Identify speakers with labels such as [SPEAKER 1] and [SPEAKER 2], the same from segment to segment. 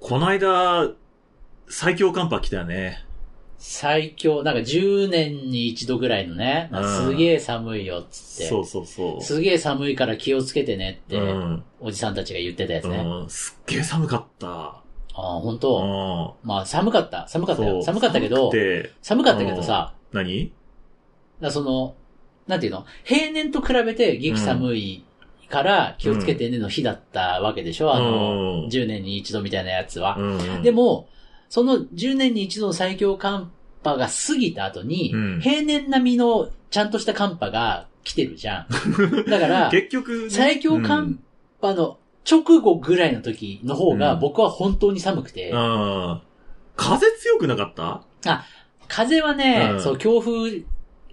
[SPEAKER 1] こないだ、最強寒波来たよね。
[SPEAKER 2] 最強、なんか10年に一度ぐらいのね、まあ
[SPEAKER 1] うん
[SPEAKER 2] すげえ寒いよっつって、
[SPEAKER 1] そうそうそう。
[SPEAKER 2] すげえ寒いから気をつけてねって、
[SPEAKER 1] うん。
[SPEAKER 2] おじさんたちが言ってたやつね。あ
[SPEAKER 1] うん。すっげえ寒かった。
[SPEAKER 2] あ、本
[SPEAKER 1] う
[SPEAKER 2] 当、
[SPEAKER 1] ん。
[SPEAKER 2] まあ寒かった。寒かった
[SPEAKER 1] そ
[SPEAKER 2] よ。
[SPEAKER 1] う
[SPEAKER 2] 寒かったけど、
[SPEAKER 1] 寒くて
[SPEAKER 2] 寒かったけどさ、
[SPEAKER 1] 何
[SPEAKER 2] だからその、なんていうの平年と比べて激寒いから気をつけてねの日だったわけでしょ、あ
[SPEAKER 1] うん
[SPEAKER 2] の、10年に一度みたいなやつは。
[SPEAKER 1] うん。
[SPEAKER 2] で、も、その10年に一度の最強寒波が過ぎた後に、
[SPEAKER 1] うん
[SPEAKER 2] 平年並みのちゃんとした寒波が来てるじゃん。 だから、
[SPEAKER 1] 結局ね、
[SPEAKER 2] 最強寒波の直後ぐらいの時の方が
[SPEAKER 1] うん
[SPEAKER 2] 僕は本当に寒くて、
[SPEAKER 1] うん。うん。風強くなかった
[SPEAKER 2] 風はね、
[SPEAKER 1] うん
[SPEAKER 2] そう、強風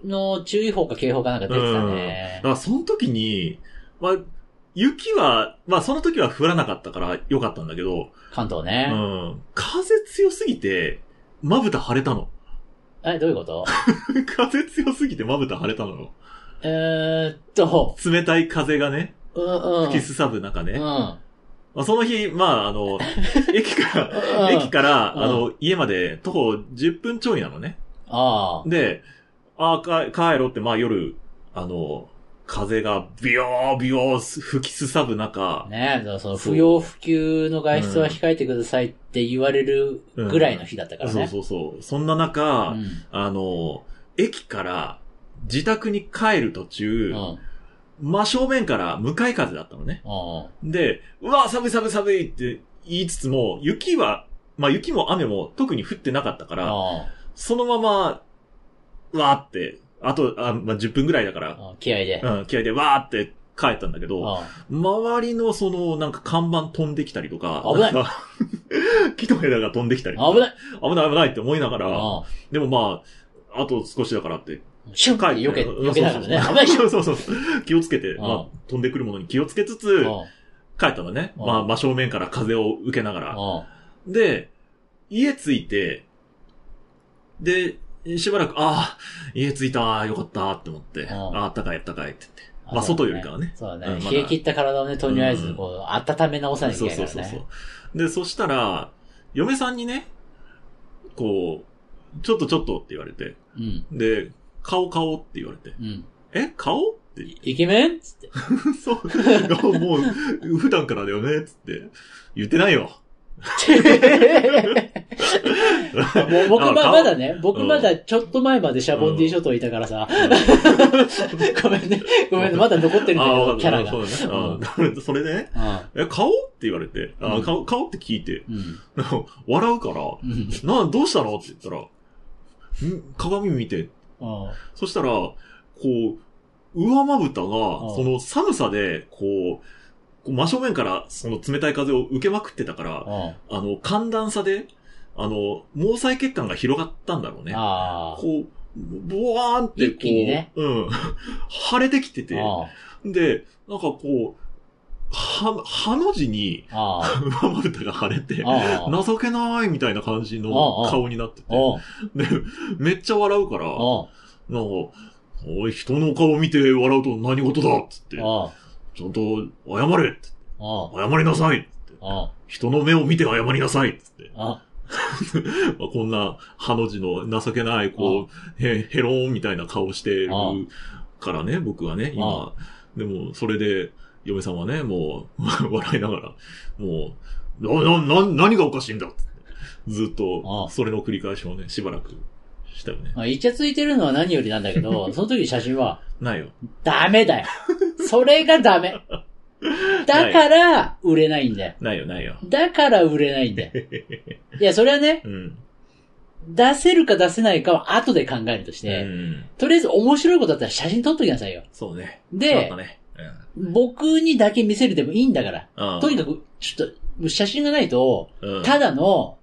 [SPEAKER 2] の注意報か警報かなんか出てた
[SPEAKER 1] だ
[SPEAKER 2] ね
[SPEAKER 1] か。らその時に、まあ、雪は、まあその時は降らなかったから良かったんだけど、
[SPEAKER 2] 関東
[SPEAKER 1] う
[SPEAKER 2] ね。
[SPEAKER 1] ん。風強すぎて、まぶた腫れたの。
[SPEAKER 2] え、どういうこと
[SPEAKER 1] 風強すぎてまぶた腫れたのよ。
[SPEAKER 2] えーっと、
[SPEAKER 1] 冷たい風がね、
[SPEAKER 2] うんうん。
[SPEAKER 1] 吹きすさぶ中ね。
[SPEAKER 2] うん。
[SPEAKER 1] まあ、その日、まああ の、駅か
[SPEAKER 2] うん
[SPEAKER 1] ら、駅から、
[SPEAKER 2] うん
[SPEAKER 1] あの、家まで徒歩10分ちょいなのね。
[SPEAKER 2] ああ。
[SPEAKER 1] で、あーか、帰ろうって、まあ夜、あの、風がビヨービヨー吹きすさぶ中、
[SPEAKER 2] ねえ、その
[SPEAKER 1] そう
[SPEAKER 2] 不要不急の外出は控えてくださいって言われるぐらいの日だったから
[SPEAKER 1] そう
[SPEAKER 2] ね。
[SPEAKER 1] そうそう。そんな中、
[SPEAKER 2] うん
[SPEAKER 1] あの、駅から自宅に帰る途中、
[SPEAKER 2] うん。うん。
[SPEAKER 1] 真正面から向かい風だったのね。で、うわ、寒い寒い寒いって言いつつも、雪は、まあ雪も雨も特に降ってなかったから、
[SPEAKER 2] う
[SPEAKER 1] そのまま、わーって、あと、あまあ、10分ぐらいだから、
[SPEAKER 2] ん。うん。気合で。うん。
[SPEAKER 1] うん、気合でわーって帰ったんだけど、周りのその、なんか看板飛んできたりとか、
[SPEAKER 2] 危ない
[SPEAKER 1] んか 木の枝が飛んできたりとか
[SPEAKER 2] 危ない
[SPEAKER 1] 危ない危ないって思いながら、
[SPEAKER 2] う
[SPEAKER 1] でもまあ、あと少しだからって、
[SPEAKER 2] ん。シュン
[SPEAKER 1] 帰っ
[SPEAKER 2] ってて避け、
[SPEAKER 1] うん
[SPEAKER 2] 避けながらね。
[SPEAKER 1] そ
[SPEAKER 2] 危
[SPEAKER 1] う
[SPEAKER 2] ないシュ ン
[SPEAKER 1] そうそうそうそう。気をつけて、
[SPEAKER 2] ん
[SPEAKER 1] まあ、飛んでくるものに気をつけつつ
[SPEAKER 2] うん。、
[SPEAKER 1] 帰ったのね。
[SPEAKER 2] うん
[SPEAKER 1] まあ、真正面から風を受けながら。
[SPEAKER 2] うん。
[SPEAKER 1] で、家着いて、で、しばらく、ああ、家着いた、よかった、って思って、
[SPEAKER 2] ん
[SPEAKER 1] ああ、あったかい、あったかいって言って。まあ、外よりかはね。
[SPEAKER 2] そう
[SPEAKER 1] う
[SPEAKER 2] だ
[SPEAKER 1] ん
[SPEAKER 2] ね。
[SPEAKER 1] まだ
[SPEAKER 2] 冷え切った体をね、とりあえず、こう、温め直さなきゃ
[SPEAKER 1] そ
[SPEAKER 2] いうけな
[SPEAKER 1] そう
[SPEAKER 2] いか
[SPEAKER 1] そう
[SPEAKER 2] らね。
[SPEAKER 1] そう。で、そしたら、嫁さんにね、こう、ちょっとちょっとって言われて、
[SPEAKER 2] うん。
[SPEAKER 1] で、顔顔って言われて、
[SPEAKER 2] うん。
[SPEAKER 1] え、顔って
[SPEAKER 2] イケメンつって。
[SPEAKER 1] そう。いやもう、普段からだよね、つって。言ってないよ。
[SPEAKER 2] もう僕
[SPEAKER 1] あ
[SPEAKER 2] ま
[SPEAKER 1] 顔
[SPEAKER 2] まだね、僕まだちょっと前までシャボンディ諸島いたからさ。ごめんね、ごめんね、まだ残ってるんだけ
[SPEAKER 1] あ
[SPEAKER 2] ど、
[SPEAKER 1] あ、
[SPEAKER 2] キャラが。
[SPEAKER 1] そうだね。あそれでね、
[SPEAKER 2] う
[SPEAKER 1] え、顔って言われて、あ
[SPEAKER 2] うん
[SPEAKER 1] 顔、顔って聞いて、
[SPEAKER 2] ん。うん。
[SPEAKER 1] 笑うから、
[SPEAKER 2] うん。
[SPEAKER 1] な、どうしたのって言ったら、ん鏡見て。
[SPEAKER 2] うん
[SPEAKER 1] そしたら、こう、上まぶたが、
[SPEAKER 2] ん
[SPEAKER 1] その寒さで、こう、こう真正面からその冷たい風を受けまくってたから、
[SPEAKER 2] う
[SPEAKER 1] あの、寒暖差で、あの、毛細血管が広がったんだろうね
[SPEAKER 2] ん。。ああ。
[SPEAKER 1] こう、ボワーンってこう、
[SPEAKER 2] 一気にね
[SPEAKER 1] うん。腫れてきてて、
[SPEAKER 2] あ
[SPEAKER 1] で、なんかこう、は、はの字に、
[SPEAKER 2] あ。あ
[SPEAKER 1] 上まぶたが腫れて、
[SPEAKER 2] あ。
[SPEAKER 1] 情けないみたいな感じの
[SPEAKER 2] ああ
[SPEAKER 1] 顔になってて、
[SPEAKER 2] おう
[SPEAKER 1] で、めっちゃ笑うから、なんか、
[SPEAKER 2] おう
[SPEAKER 1] おい、人の顔見て笑うと何事だっつって、
[SPEAKER 2] おう
[SPEAKER 1] ちゃんと謝れっつって
[SPEAKER 2] おう
[SPEAKER 1] 謝りなさいっつって
[SPEAKER 2] おう
[SPEAKER 1] 人の目を見て謝りなさいっつって、
[SPEAKER 2] おう
[SPEAKER 1] まあ、こんな、ハの字の情けない、こう、へ、ヘローンみたいな顔してる
[SPEAKER 2] あ
[SPEAKER 1] からね、僕はね、今。でも、それで、嫁さんはね、もう、 笑いながら、もう、な、な、な、何がおかしいんだっつってずっ
[SPEAKER 2] あ
[SPEAKER 1] と
[SPEAKER 2] あ、
[SPEAKER 1] それの繰り返しをね、しばらくしたよね。
[SPEAKER 2] まあ、イチャついてるのは何よりなんだけ ど、その時写真は、
[SPEAKER 1] ないよ。
[SPEAKER 2] ダメだよ。それがダメ。だから、売れないんだよ。
[SPEAKER 1] ないよ、ないよ。
[SPEAKER 2] だから売れない んだよ。いや、それはね、
[SPEAKER 1] うん。
[SPEAKER 2] 出せるか出せないかは後で考えるとして、
[SPEAKER 1] うん。
[SPEAKER 2] とりあえず面白いことだったら写真撮っときなさいよ。
[SPEAKER 1] そうね。そうだっ
[SPEAKER 2] で
[SPEAKER 1] た、ね。
[SPEAKER 2] 僕にだけ見せるでもいいんだから。
[SPEAKER 1] うん。
[SPEAKER 2] とにかく、ちょっと、もう写真がないと、
[SPEAKER 1] く
[SPEAKER 2] た
[SPEAKER 1] ただ、
[SPEAKER 2] だの、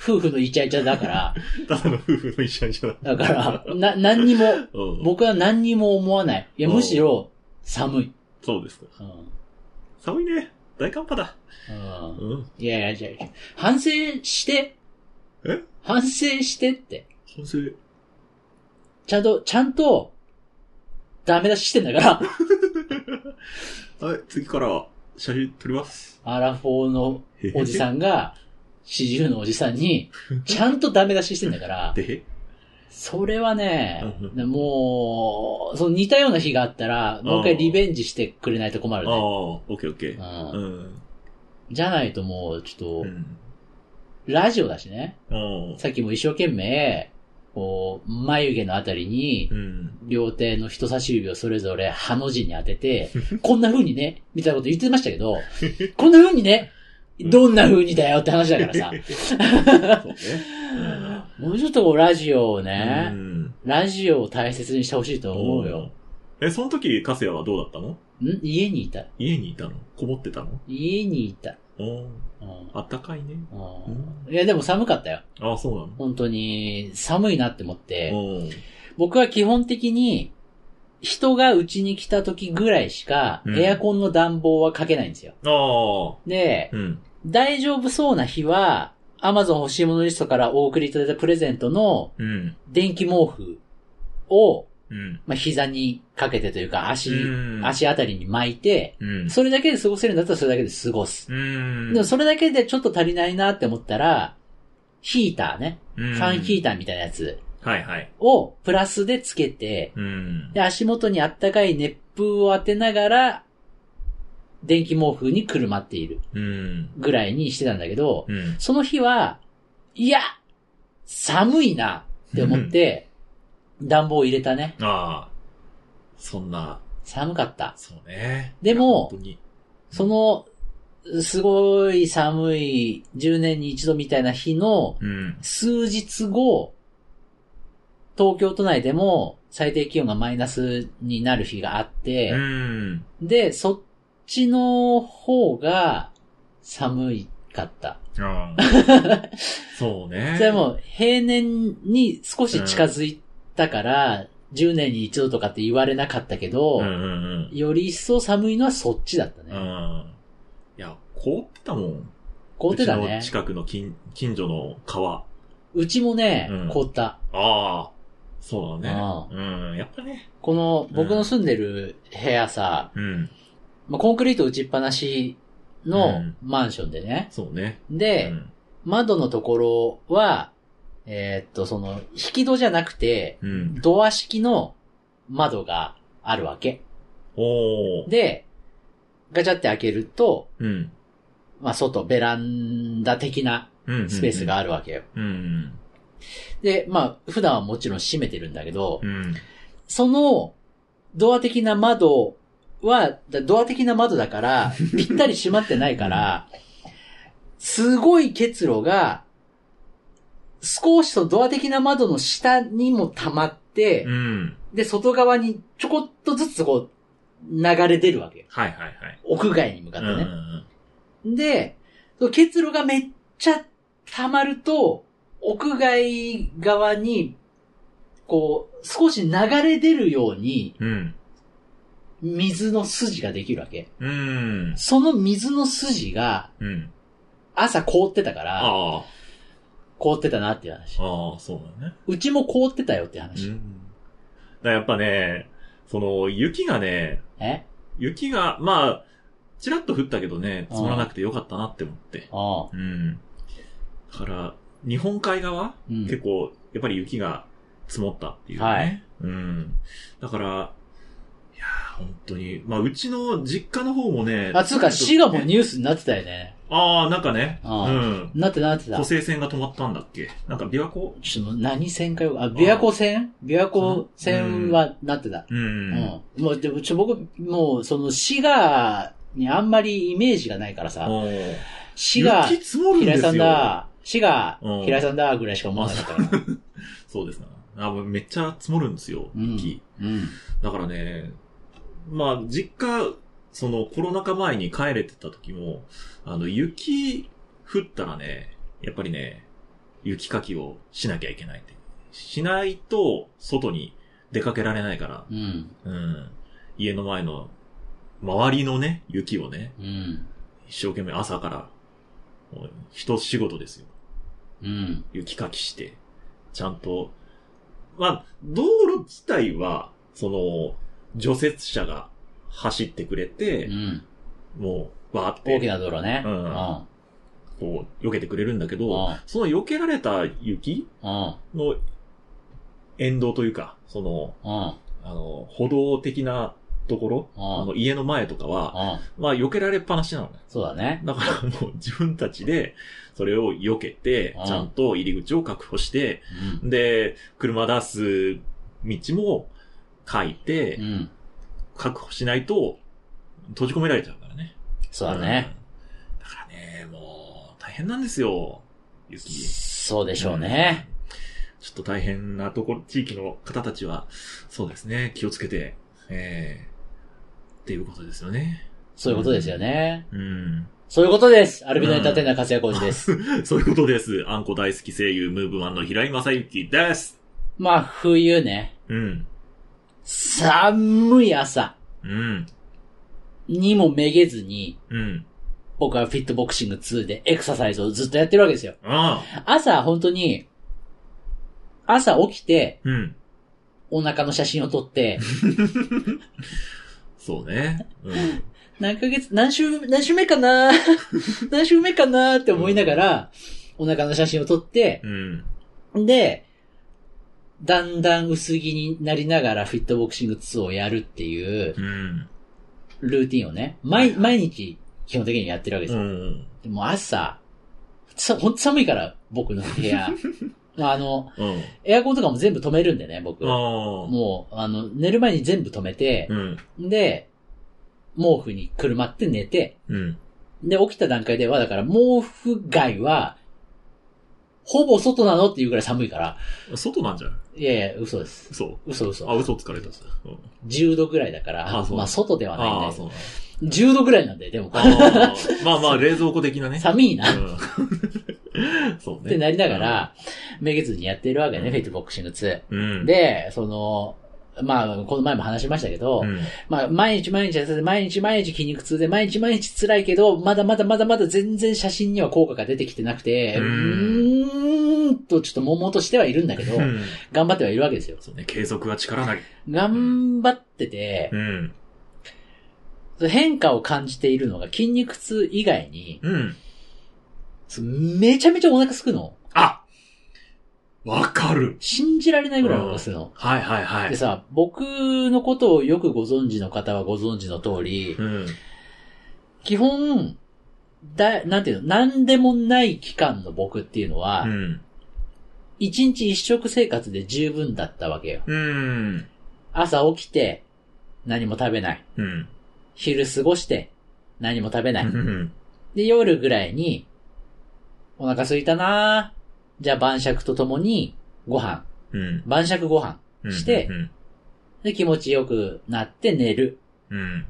[SPEAKER 2] 夫婦のイチャイチャ だから、
[SPEAKER 1] ただの夫婦の一緒にした。
[SPEAKER 2] だから、な、何にも、
[SPEAKER 1] うん。
[SPEAKER 2] 僕は何にも思わない。いや、
[SPEAKER 1] うん
[SPEAKER 2] むしろ、寒い。
[SPEAKER 1] そうですか。
[SPEAKER 2] うん。
[SPEAKER 1] 寒いね。大寒波だ。
[SPEAKER 2] うん
[SPEAKER 1] うん。
[SPEAKER 2] いやいや、じゃあ反省して。
[SPEAKER 1] え
[SPEAKER 2] 反省してって。
[SPEAKER 1] 反省。
[SPEAKER 2] ちゃんと、ちゃんと、ダメ出ししてんだから、
[SPEAKER 1] はい、次からは写真撮ります。
[SPEAKER 2] アラフォーのおじさんが、 40のおじさん に、ちゃんとダメ出ししてんだから、
[SPEAKER 1] で、
[SPEAKER 2] それはね
[SPEAKER 1] うん、
[SPEAKER 2] もう、その似たような日があったら、もう一回リベンジしてくれないと困る
[SPEAKER 1] ああ、
[SPEAKER 2] ね。
[SPEAKER 1] オッケーオッケー。
[SPEAKER 2] う
[SPEAKER 1] うんん。
[SPEAKER 2] じゃないともう、ち
[SPEAKER 1] う
[SPEAKER 2] ょっと、
[SPEAKER 1] ん。
[SPEAKER 2] ラジオだしね。
[SPEAKER 1] うん。
[SPEAKER 2] さっきも一生懸命、こう、眉毛のあたりに
[SPEAKER 1] う、ん。
[SPEAKER 2] 両手の人差し指をそれぞれハの字に当 てて、こんな風にね、みたいなこと言ってましたけど、こんな風にね、どんな風にだよって話だからさ。
[SPEAKER 1] そうね。
[SPEAKER 2] もうちょっとこうラジオを
[SPEAKER 1] う
[SPEAKER 2] ね、
[SPEAKER 1] ん。
[SPEAKER 2] ラジオを大切にしてほしいと思うよ。
[SPEAKER 1] え、その時、カセヤはどうだったの
[SPEAKER 2] ん家にいた。
[SPEAKER 1] 家にいたのこもってたの
[SPEAKER 2] 家にいた。
[SPEAKER 1] おー
[SPEAKER 2] うん
[SPEAKER 1] あったかいね。
[SPEAKER 2] うんいや、でも寒かったよ。
[SPEAKER 1] ああ、そうなの
[SPEAKER 2] 本当に寒いなって思って。
[SPEAKER 1] うん。
[SPEAKER 2] 僕は基本的に人がうちに来た時ぐらいしか
[SPEAKER 1] うん
[SPEAKER 2] エアコンの暖房はかけないんですよ。
[SPEAKER 1] ああ。
[SPEAKER 2] で、
[SPEAKER 1] うん。
[SPEAKER 2] 大丈夫そうな日は、Amazon 欲しいものリストからお送りいただいたプレゼントの
[SPEAKER 1] うん。
[SPEAKER 2] 電気毛布を、
[SPEAKER 1] うん。
[SPEAKER 2] まあ、膝にかけてというか足、
[SPEAKER 1] うん
[SPEAKER 2] 足あたりに巻いて、
[SPEAKER 1] うん。
[SPEAKER 2] それだけで過ごせるんだったらそれだけで過ごす。
[SPEAKER 1] うん。
[SPEAKER 2] でもそれだけでちょっと足りないなって思ったら、ヒーターね。
[SPEAKER 1] フ
[SPEAKER 2] ファンヒー
[SPEAKER 1] タ
[SPEAKER 2] ターみたいなやつ
[SPEAKER 1] ー。はいはい。
[SPEAKER 2] をプラスでつけて、
[SPEAKER 1] うん。
[SPEAKER 2] で、足元にあったかい熱風を当てながら、電気毛布にくるまっている
[SPEAKER 1] うん。
[SPEAKER 2] ぐらいにしてたんだけど、
[SPEAKER 1] うん。
[SPEAKER 2] その日は、いや寒いなって思って、暖房を入れたね。
[SPEAKER 1] ああ。そんな、
[SPEAKER 2] 寒かった。
[SPEAKER 1] そうね。
[SPEAKER 2] でも
[SPEAKER 1] 本当に。
[SPEAKER 2] その、すごい寒い10年に一度みたいな日の
[SPEAKER 1] うん。
[SPEAKER 2] 数日後、東京都内でも最低気温がマイナスになる日があって、
[SPEAKER 1] うん。
[SPEAKER 2] で、そっちの方が寒かった。
[SPEAKER 1] ああ そうね。
[SPEAKER 2] それはもう平年に少し近づいたから、10年に一度とかって言われなかったけど、
[SPEAKER 1] うんうんうん。
[SPEAKER 2] より一層寒いのはそっちだったね。
[SPEAKER 1] うん。いや、凍ってたもん。
[SPEAKER 2] 凍ってた
[SPEAKER 1] うち
[SPEAKER 2] ね
[SPEAKER 1] の。近くの近近所の川。
[SPEAKER 2] うちもね、
[SPEAKER 1] うん
[SPEAKER 2] 凍った。
[SPEAKER 1] ああ。そうだね。うん。やっぱね。
[SPEAKER 2] この
[SPEAKER 1] うん
[SPEAKER 2] 僕の住んでる部屋さ、
[SPEAKER 1] うん。
[SPEAKER 2] まあ、コンクリート打ちっぱなしの
[SPEAKER 1] うん
[SPEAKER 2] マンションでね。
[SPEAKER 1] そうね。
[SPEAKER 2] で、
[SPEAKER 1] うん
[SPEAKER 2] 窓のところは、えーっと、その、引き戸じゃなくて、
[SPEAKER 1] うん。
[SPEAKER 2] ドア式の窓があるわけ。
[SPEAKER 1] おー。
[SPEAKER 2] で、ガチャって開けると、
[SPEAKER 1] うん。
[SPEAKER 2] まあ、外、ベランダ的な
[SPEAKER 1] うん。
[SPEAKER 2] スペースが
[SPEAKER 1] あ
[SPEAKER 2] あるわけよ。
[SPEAKER 1] る。うん。
[SPEAKER 2] で、まあ、普段はもちろん閉めてるんだけど、
[SPEAKER 1] うん。
[SPEAKER 2] その、ドア的な窓は、だドア的な窓 だから、ぴったり閉まってないから、すごい結露が、少しそのドア的な窓の下にも溜まって
[SPEAKER 1] う、ん。
[SPEAKER 2] で、外側にちょこっとずつこう、流れ出るわけよ。
[SPEAKER 1] はいはいはい。
[SPEAKER 2] 屋外に向かってね。
[SPEAKER 1] うんうんうん
[SPEAKER 2] で、その結露がめっちゃ溜まると、屋外側に、こう、少し流れ出るように、
[SPEAKER 1] うん。
[SPEAKER 2] 水の筋ができるわけ。
[SPEAKER 1] うん。
[SPEAKER 2] その水の筋が、
[SPEAKER 1] うん。
[SPEAKER 2] 朝凍ってたから、
[SPEAKER 1] ああ。
[SPEAKER 2] 凍ってたなっていう話。
[SPEAKER 1] ああ、そうだね。
[SPEAKER 2] うちも凍ってたよっていう
[SPEAKER 1] う
[SPEAKER 2] 話。
[SPEAKER 1] ん。だからやっぱね、その、雪がね、
[SPEAKER 2] え
[SPEAKER 1] 雪が、まあ、ちらっと降ったけどね、積もらなくてよかったなって思って。
[SPEAKER 2] ああ。
[SPEAKER 1] うん。だから、日本海側、
[SPEAKER 2] うん。
[SPEAKER 1] 結構、やっぱり雪が積もったっていうね。
[SPEAKER 2] はい
[SPEAKER 1] うん。だから、いやー本当に。まあ、うちの実家の方もね。
[SPEAKER 2] あ、つうか、滋賀もニュースになってたよね。
[SPEAKER 1] ああ、なんかね。う
[SPEAKER 2] ああ
[SPEAKER 1] ん。
[SPEAKER 2] なってたなってた
[SPEAKER 1] 補。正線が止まったんだっけなんか琵琶湖
[SPEAKER 2] ちょっと何線かよ。あ、琵琶湖線琵琶湖線はなってた。
[SPEAKER 1] うん。
[SPEAKER 2] うん。もう、でも、ちょ、僕、もう、その、滋賀にあんまりイメージがないからさ、
[SPEAKER 1] おー
[SPEAKER 2] 滋賀、
[SPEAKER 1] 雪積もるん
[SPEAKER 2] 平
[SPEAKER 1] で
[SPEAKER 2] 井さ
[SPEAKER 1] す
[SPEAKER 2] ん
[SPEAKER 1] よ。
[SPEAKER 2] だ、滋賀
[SPEAKER 1] う、ん
[SPEAKER 2] 平井さんだ、ぐらいしか思わなかったから。
[SPEAKER 1] そうですな。あもうめっちゃ積もるんですよ、
[SPEAKER 2] うん
[SPEAKER 1] 雪。
[SPEAKER 2] うん。
[SPEAKER 1] だからね、まあ、実家、そのコロナ禍前に帰れてた時も、あの、雪降ったらね、やっぱりね、雪かきをしなきゃいけないって。しないと、外に出かけられないから、
[SPEAKER 2] うん。
[SPEAKER 1] うん。家の前の、周りのね、雪をね、
[SPEAKER 2] うん。
[SPEAKER 1] 一生懸命朝から、もう一仕事ですよ。
[SPEAKER 2] うん。
[SPEAKER 1] 雪かきして、ちゃんと、まあ、道路自体は、その、除雪車が走ってくれ
[SPEAKER 2] う
[SPEAKER 1] て、
[SPEAKER 2] ん。
[SPEAKER 1] もう、わーって。
[SPEAKER 2] 大きな道路ね。
[SPEAKER 1] うん
[SPEAKER 2] うん。
[SPEAKER 1] こう、避けてくれるんだけ
[SPEAKER 2] う
[SPEAKER 1] ど、
[SPEAKER 2] ん。
[SPEAKER 1] その避けられた雪
[SPEAKER 2] うん。
[SPEAKER 1] の沿道というか、その、
[SPEAKER 2] うん。
[SPEAKER 1] あの、歩道的なところ、
[SPEAKER 2] うん
[SPEAKER 1] あの、家の前とかは、
[SPEAKER 2] うん。
[SPEAKER 1] まあ、避けられっぱなしなのね。
[SPEAKER 2] そうだね。
[SPEAKER 1] だからもう自分たちで、それを避けて
[SPEAKER 2] うん、
[SPEAKER 1] ちゃんと入り口を確保して、
[SPEAKER 2] うん。
[SPEAKER 1] で、車出す道も書いて
[SPEAKER 2] う、ん。
[SPEAKER 1] 確保しないと、閉じ込められちゃうからね。
[SPEAKER 2] そうだね。
[SPEAKER 1] うん。だからね、もう、大変なんですよ。雪。
[SPEAKER 2] そうでしょうね。
[SPEAKER 1] ちょっと大変なところ、地域の方たちは、そうですね、気をつけて、えー、っていうことですよね。
[SPEAKER 2] そういうことですよね。
[SPEAKER 1] うん。
[SPEAKER 2] そういうことです。アルビノに立てな活躍王子です。
[SPEAKER 1] そういうことです。あんこ大好き声優、ムーブマンの平井正幸です。
[SPEAKER 2] まあ、冬ね。
[SPEAKER 1] うん。
[SPEAKER 2] 寒い朝
[SPEAKER 1] うん。
[SPEAKER 2] にもめげずに、
[SPEAKER 1] うん。
[SPEAKER 2] 僕はフィットボクシング2でエクササイズをずっとやってるわけですよ。
[SPEAKER 1] ああ。
[SPEAKER 2] 朝、本当に、朝起きて、
[SPEAKER 1] うん。
[SPEAKER 2] お腹の写真を 撮って、
[SPEAKER 1] そうね。うん。
[SPEAKER 2] 何ヶ月、何週、何週目か な何週目かなって思いながら、お腹の写真を撮って、
[SPEAKER 1] うん。
[SPEAKER 2] で、だんだん薄着になりながらフィットボクシング2をやるっていう
[SPEAKER 1] うん。
[SPEAKER 2] ルーティンをね、毎、毎日基本的にやってるわけです
[SPEAKER 1] う
[SPEAKER 2] よ。
[SPEAKER 1] ん。
[SPEAKER 2] でも朝、さ、ほんと寒いから、僕の部 屋。まあ、あの、
[SPEAKER 1] うん。
[SPEAKER 2] エアコンとかも全部止めるんでね、僕。
[SPEAKER 1] ああ。
[SPEAKER 2] もう、あの、寝る前に全部止めて、
[SPEAKER 1] うん。
[SPEAKER 2] で、毛布にくるまって寝て、
[SPEAKER 1] うん。
[SPEAKER 2] で、起きた段階では、だから、毛布外は、ほぼ外なのっていうぐらい寒いから。
[SPEAKER 1] 外なんじゃない
[SPEAKER 2] いやいや、嘘です。
[SPEAKER 1] 嘘。
[SPEAKER 2] 嘘
[SPEAKER 1] あ、
[SPEAKER 2] 嘘。
[SPEAKER 1] 嘘つかれた。うん
[SPEAKER 2] 10度ぐらいだから、
[SPEAKER 1] あそう
[SPEAKER 2] まあ、外ではないん
[SPEAKER 1] あ
[SPEAKER 2] だ
[SPEAKER 1] あ、
[SPEAKER 2] けど
[SPEAKER 1] そうなんだ
[SPEAKER 2] 10度ぐらいなんだよ、でも。
[SPEAKER 1] あーまあまあ、冷蔵庫的なね。
[SPEAKER 2] 寒いな。
[SPEAKER 1] うん そう
[SPEAKER 2] っ
[SPEAKER 1] ね。
[SPEAKER 2] てなりながら、めげずにやってるわけね、フェイトボクシング2。
[SPEAKER 1] うん、
[SPEAKER 2] で、その、まあ、この前も話しましたけど、
[SPEAKER 1] うん、
[SPEAKER 2] まあ、毎日毎日痩せて、毎日毎日筋肉痛で、毎日毎日辛いけど、まだまだまだまだ全然写真には効果が出てきてなくて、う
[SPEAKER 1] う
[SPEAKER 2] ーんと、ちょっと悶々としてはいるんだけど
[SPEAKER 1] う、ん
[SPEAKER 2] 頑張ってはいるわけですよ。
[SPEAKER 1] そうね、継続は力なり。
[SPEAKER 2] 頑張ってて
[SPEAKER 1] う、ん。
[SPEAKER 2] 変化を感じているのが筋肉痛以外に、
[SPEAKER 1] うん。
[SPEAKER 2] めちゃめちゃお腹すくの。
[SPEAKER 1] あわかる
[SPEAKER 2] 信じられないぐらいお腹すくの。
[SPEAKER 1] はいはいは
[SPEAKER 2] で
[SPEAKER 1] い。
[SPEAKER 2] さ、僕のことをよくご存知の方はご存知の通り、
[SPEAKER 1] うん。
[SPEAKER 2] 基本、だ、なんていうの、なんでもない期間の僕っていうのは
[SPEAKER 1] う、ん。
[SPEAKER 2] 一、日一食生活で十分だったわけよ。
[SPEAKER 1] うん。
[SPEAKER 2] 朝起きて、何も食べない。
[SPEAKER 1] うん。
[SPEAKER 2] 昼過ごして、何も食べない。
[SPEAKER 1] うん。
[SPEAKER 2] で、夜ぐらいに、お腹空いたなぁじゃあ晩酌とともに、ご飯。
[SPEAKER 1] うん。
[SPEAKER 2] 晩酌ご飯。
[SPEAKER 1] うん
[SPEAKER 2] して
[SPEAKER 1] うん。
[SPEAKER 2] で、気持ちよくなって寝る。
[SPEAKER 1] うん。
[SPEAKER 2] っ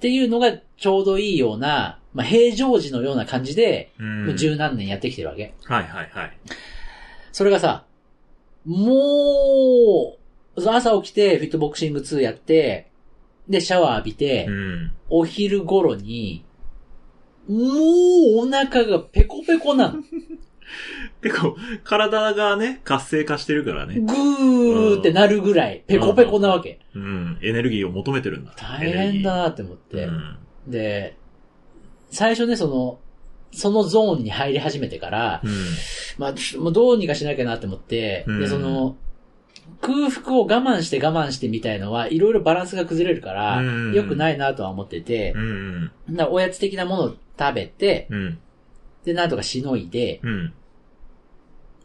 [SPEAKER 2] ていうのがちょうどいいような、まあ、平常時のような感じで、
[SPEAKER 1] うん
[SPEAKER 2] もう十何年やってきてるわけ。
[SPEAKER 1] はいはいはい。
[SPEAKER 2] それがさ、もう、朝起きてフィットボクシング2やって、で、シャワー浴びて、
[SPEAKER 1] うん。
[SPEAKER 2] お昼頃に、もうお腹がペコペコなの。
[SPEAKER 1] 結構、体がね、活性化してるからね。
[SPEAKER 2] グーってなるぐらい、ペコペコなわけ。
[SPEAKER 1] うん。エネルギーを求めてるんだ。
[SPEAKER 2] 大変だなって思っ
[SPEAKER 1] エネ
[SPEAKER 2] て
[SPEAKER 1] ルギ。ー。
[SPEAKER 2] で、最初ね、その、そのゾーンに入り始めてから、
[SPEAKER 1] うん。
[SPEAKER 2] まあ、ちょもうどうにかしなきゃなって思って、
[SPEAKER 1] う
[SPEAKER 2] で、
[SPEAKER 1] ん
[SPEAKER 2] その、空腹を我慢して我慢してみたいのは、いろいろバランスが崩れるから、
[SPEAKER 1] うん
[SPEAKER 2] 良くないなとは思ってて
[SPEAKER 1] う、ん。
[SPEAKER 2] だからおやつ的なものを食べて、
[SPEAKER 1] うん。
[SPEAKER 2] で、なんとかしのいで、
[SPEAKER 1] うん。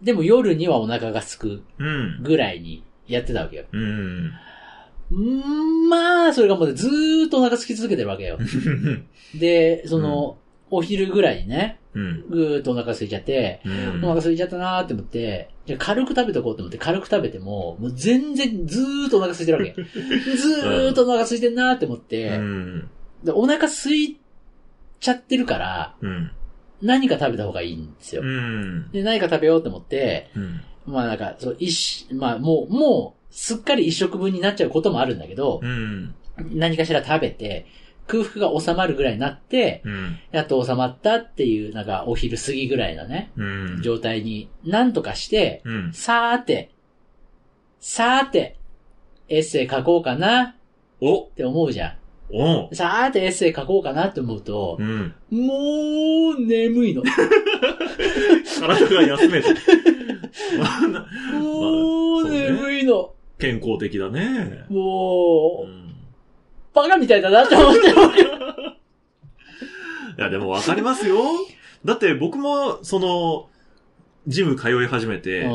[SPEAKER 2] でも夜にはお腹がすく
[SPEAKER 1] うん。
[SPEAKER 2] ぐらいにやってたわけよ。
[SPEAKER 1] うん。
[SPEAKER 2] んーまあ、それがもうねずーっとお腹すき続けてるわけよ。で、その、お昼ぐらいにね、
[SPEAKER 1] うん。
[SPEAKER 2] ぐーっとお腹空いちゃって、
[SPEAKER 1] うん
[SPEAKER 2] お腹空いちゃったなーって思って、じゃあ軽く食べとこうと思って軽く食べても、もう全然ずーっとお腹空いてる わけ。ずーっとお腹空いてんなーって思って、
[SPEAKER 1] うん。
[SPEAKER 2] でお腹空いちゃってるから、
[SPEAKER 1] うん。
[SPEAKER 2] 何か食べた方がいいんですよ。
[SPEAKER 1] うん。
[SPEAKER 2] で、何か食べようと思って、
[SPEAKER 1] うん。
[SPEAKER 2] まあなんか、そう、一、まあもう、もう、すっかり一食分になっちゃうこともあるんだけど、
[SPEAKER 1] うん。
[SPEAKER 2] 何かしら食べて、空腹が収まるぐらいになって、
[SPEAKER 1] うん。
[SPEAKER 2] やっと収まったっていう、なんかお昼過ぎぐらいのね、
[SPEAKER 1] うん。
[SPEAKER 2] 状態に、なんとかして、
[SPEAKER 1] うん。
[SPEAKER 2] さーて、さーて、エッセイ書こうかな
[SPEAKER 1] お
[SPEAKER 2] って思うじゃん。
[SPEAKER 1] おう
[SPEAKER 2] さあーってエッセイ書こうかなって思うと、
[SPEAKER 1] うん。
[SPEAKER 2] もう眠いの。
[SPEAKER 1] 体が休めて。まあな
[SPEAKER 2] も
[SPEAKER 1] そ
[SPEAKER 2] う
[SPEAKER 1] うね
[SPEAKER 2] 眠いの。
[SPEAKER 1] 健康的だね。う
[SPEAKER 2] もう、
[SPEAKER 1] ん、
[SPEAKER 2] バカみたいだなって思って
[SPEAKER 1] いや、でもわかりますよ。だって僕も、その、ジム通い始めて、